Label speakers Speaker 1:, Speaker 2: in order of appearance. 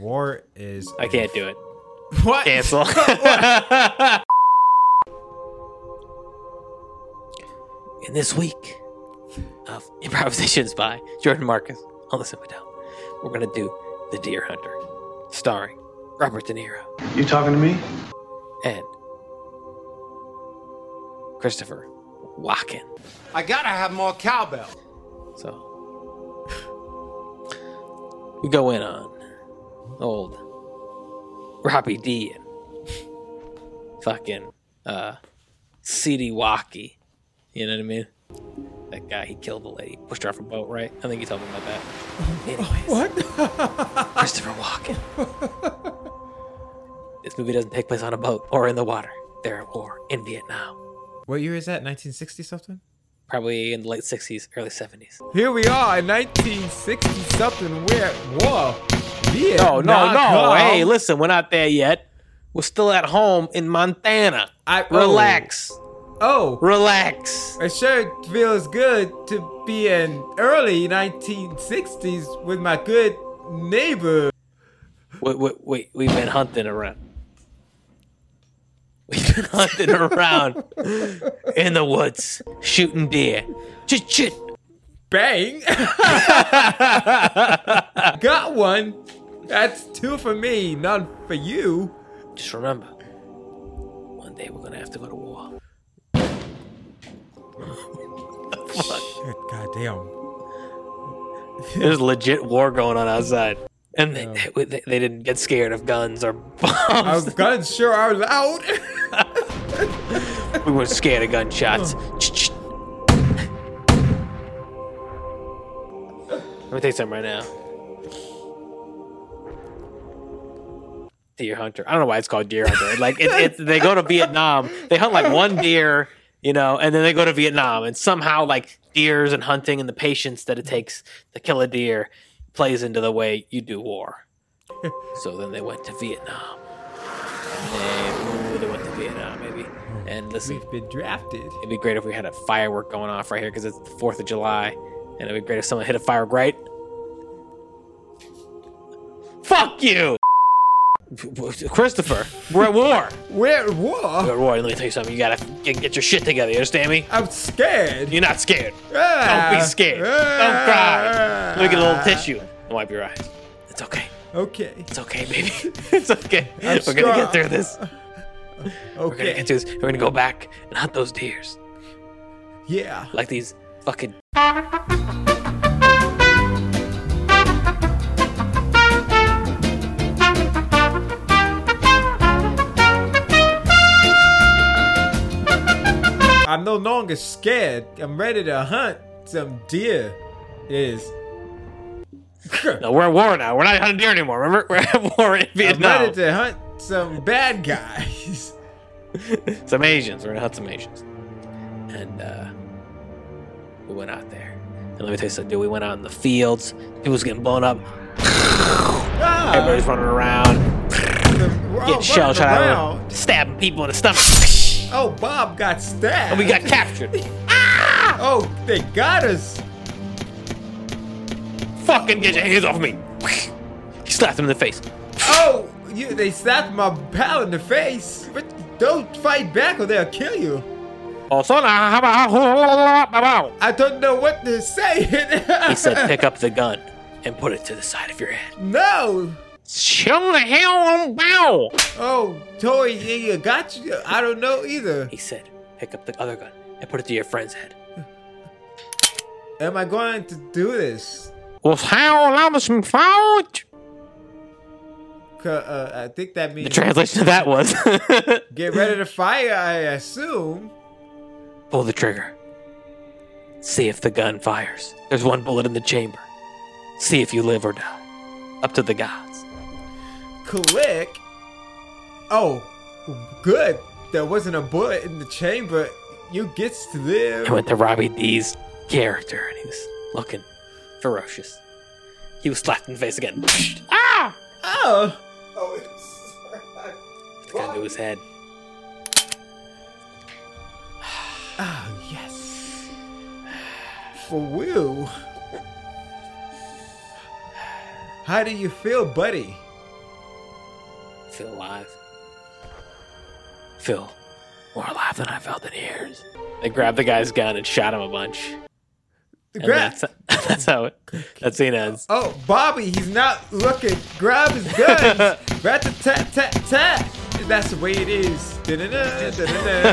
Speaker 1: War is.
Speaker 2: I can't do it.
Speaker 1: What?
Speaker 2: Cancel. and this week of improvisations by Jordan Marcus, Alyssa Waddell, we're gonna do The Deer Hunter, starring Robert De Niro
Speaker 3: You talking to me?
Speaker 2: and Christopher Walken.
Speaker 4: I gotta have more cowbell.
Speaker 2: So we go in on old Robbie D and fucking uh CD Walkie. You know what I mean? That guy, he killed the lady, pushed her off a boat, right? I think you told me about that. Anyways, what? Christopher Walken. this movie doesn't take place on a boat or in the water. They're at war in Vietnam.
Speaker 1: What year is that? 1960 something?
Speaker 2: Probably in the late 60s, early 70s.
Speaker 1: Here we are in 1960 something. We're at war.
Speaker 2: Oh, No,
Speaker 1: Vietnam,
Speaker 2: no, no.
Speaker 1: girl.
Speaker 2: Hey, listen, we're not there yet. We're still at home in Montana.
Speaker 1: I-
Speaker 2: relax.
Speaker 1: Oh,
Speaker 2: Relax.
Speaker 1: it sure feels good to be in early 1960s with my good neighbor.
Speaker 2: Wait, wait, wait. We've been hunting around. We've been hunting around in the woods, shooting deer. Chit chit.
Speaker 1: Bang! Got one. That's two for me, none for you.
Speaker 2: Just remember, one day we're gonna have to go to war.
Speaker 1: Shit, goddamn.
Speaker 2: There's legit war going on outside, and they, they, they didn't get scared of guns or bombs.
Speaker 1: Our guns sure are loud.
Speaker 2: We were scared of gunshots. Ch-ch-ch. Let me take some right now. Deer hunter. I don't know why it's called deer hunter. Like it, it's they go to Vietnam. They hunt like one deer, you know, and then they go to Vietnam, and somehow like deers and hunting and the patience that it takes to kill a deer plays into the way you do war. so then they went to Vietnam. They, ooh, they went to Vietnam, maybe. And listen,
Speaker 1: We've been drafted.
Speaker 2: It'd be great if we had a firework going off right here because it's the 4th of July. And it'd be great if someone hit a firework right. Fuck you! Christopher, we're at war.
Speaker 1: We're at war.
Speaker 2: We're at war. Let me tell you something. You gotta get get your shit together. You understand me?
Speaker 1: I'm scared.
Speaker 2: You're not scared. Don't
Speaker 1: Ah.
Speaker 2: be scared. Don't cry. Let me get a little tissue and wipe your eyes. It's okay.
Speaker 1: Okay.
Speaker 2: It's okay, baby. It's okay.
Speaker 1: I'm
Speaker 2: We're gonna get
Speaker 1: strong.
Speaker 2: through this. We're gonna
Speaker 1: Okay.
Speaker 2: get through this. We're gonna go back and hunt those deers.
Speaker 1: Yeah.
Speaker 2: like these fucking.
Speaker 1: I'm no longer scared. I'm ready to hunt some deer. Is
Speaker 2: No, we're at war now. We're not hunting deer anymore. Remember, we're at war in
Speaker 1: I'm
Speaker 2: Vietnam.
Speaker 1: ready to hunt some bad guys.
Speaker 2: some Asians. We're gonna hunt some Asians. And uh, we went out there. And let me tell you something, dude. We went out in the fields. People was getting blown up.
Speaker 1: Ah,
Speaker 2: Everybody's running around,
Speaker 1: Oh, the- we're all
Speaker 2: getting shell
Speaker 1: running
Speaker 2: shot, out of
Speaker 1: around.
Speaker 2: it, stabbing people in the stomach.
Speaker 1: Oh, Bob got stabbed.
Speaker 2: and we got captured.
Speaker 1: Oh, they got us.
Speaker 2: Fucking get your hands off me! he slapped him in the face.
Speaker 1: Oh, you, they slapped my pal in the face. But don't fight back or they'll kill you.
Speaker 2: Oh, so now, how about- how- how about-
Speaker 1: I don't know what to say.
Speaker 2: He said, "Pick up the gun and put it to the side of your head."
Speaker 1: no.
Speaker 2: Chill the hell on bow.
Speaker 1: Oh, Tori, yeah, you got you. I don't know either.
Speaker 2: He said, pick up the other gun and put it to your friend's head.
Speaker 1: Am I going to do this?
Speaker 2: Well, how long was some fault?
Speaker 1: 'Cause, Uh, I think that
Speaker 2: The
Speaker 1: means
Speaker 2: translation of that was
Speaker 1: get ready to fire. I assume.
Speaker 2: pull the trigger. See if the gun fires. There's one bullet in the chamber. See if you live or die. Up to the gods.
Speaker 1: Click. Oh, good. There wasn't a bullet in the chamber. You gets to live.
Speaker 2: I went to Robbie D's character and he was looking ferocious. He was slapped in the face again. ah!
Speaker 1: Oh,
Speaker 2: The gun to his head.
Speaker 1: oh yes. For Will. How do you feel, buddy?
Speaker 2: feel alive. Feel more alive than I felt in years. They grabbed the guy's gun and shot him a bunch. And
Speaker 1: Grab.
Speaker 2: that's, that's how it, that scene ends.
Speaker 1: Oh, Bobby, he's not looking. Grab his guns. Rat tat tat tat. That's the way it is. Da-da-da, da-da-da,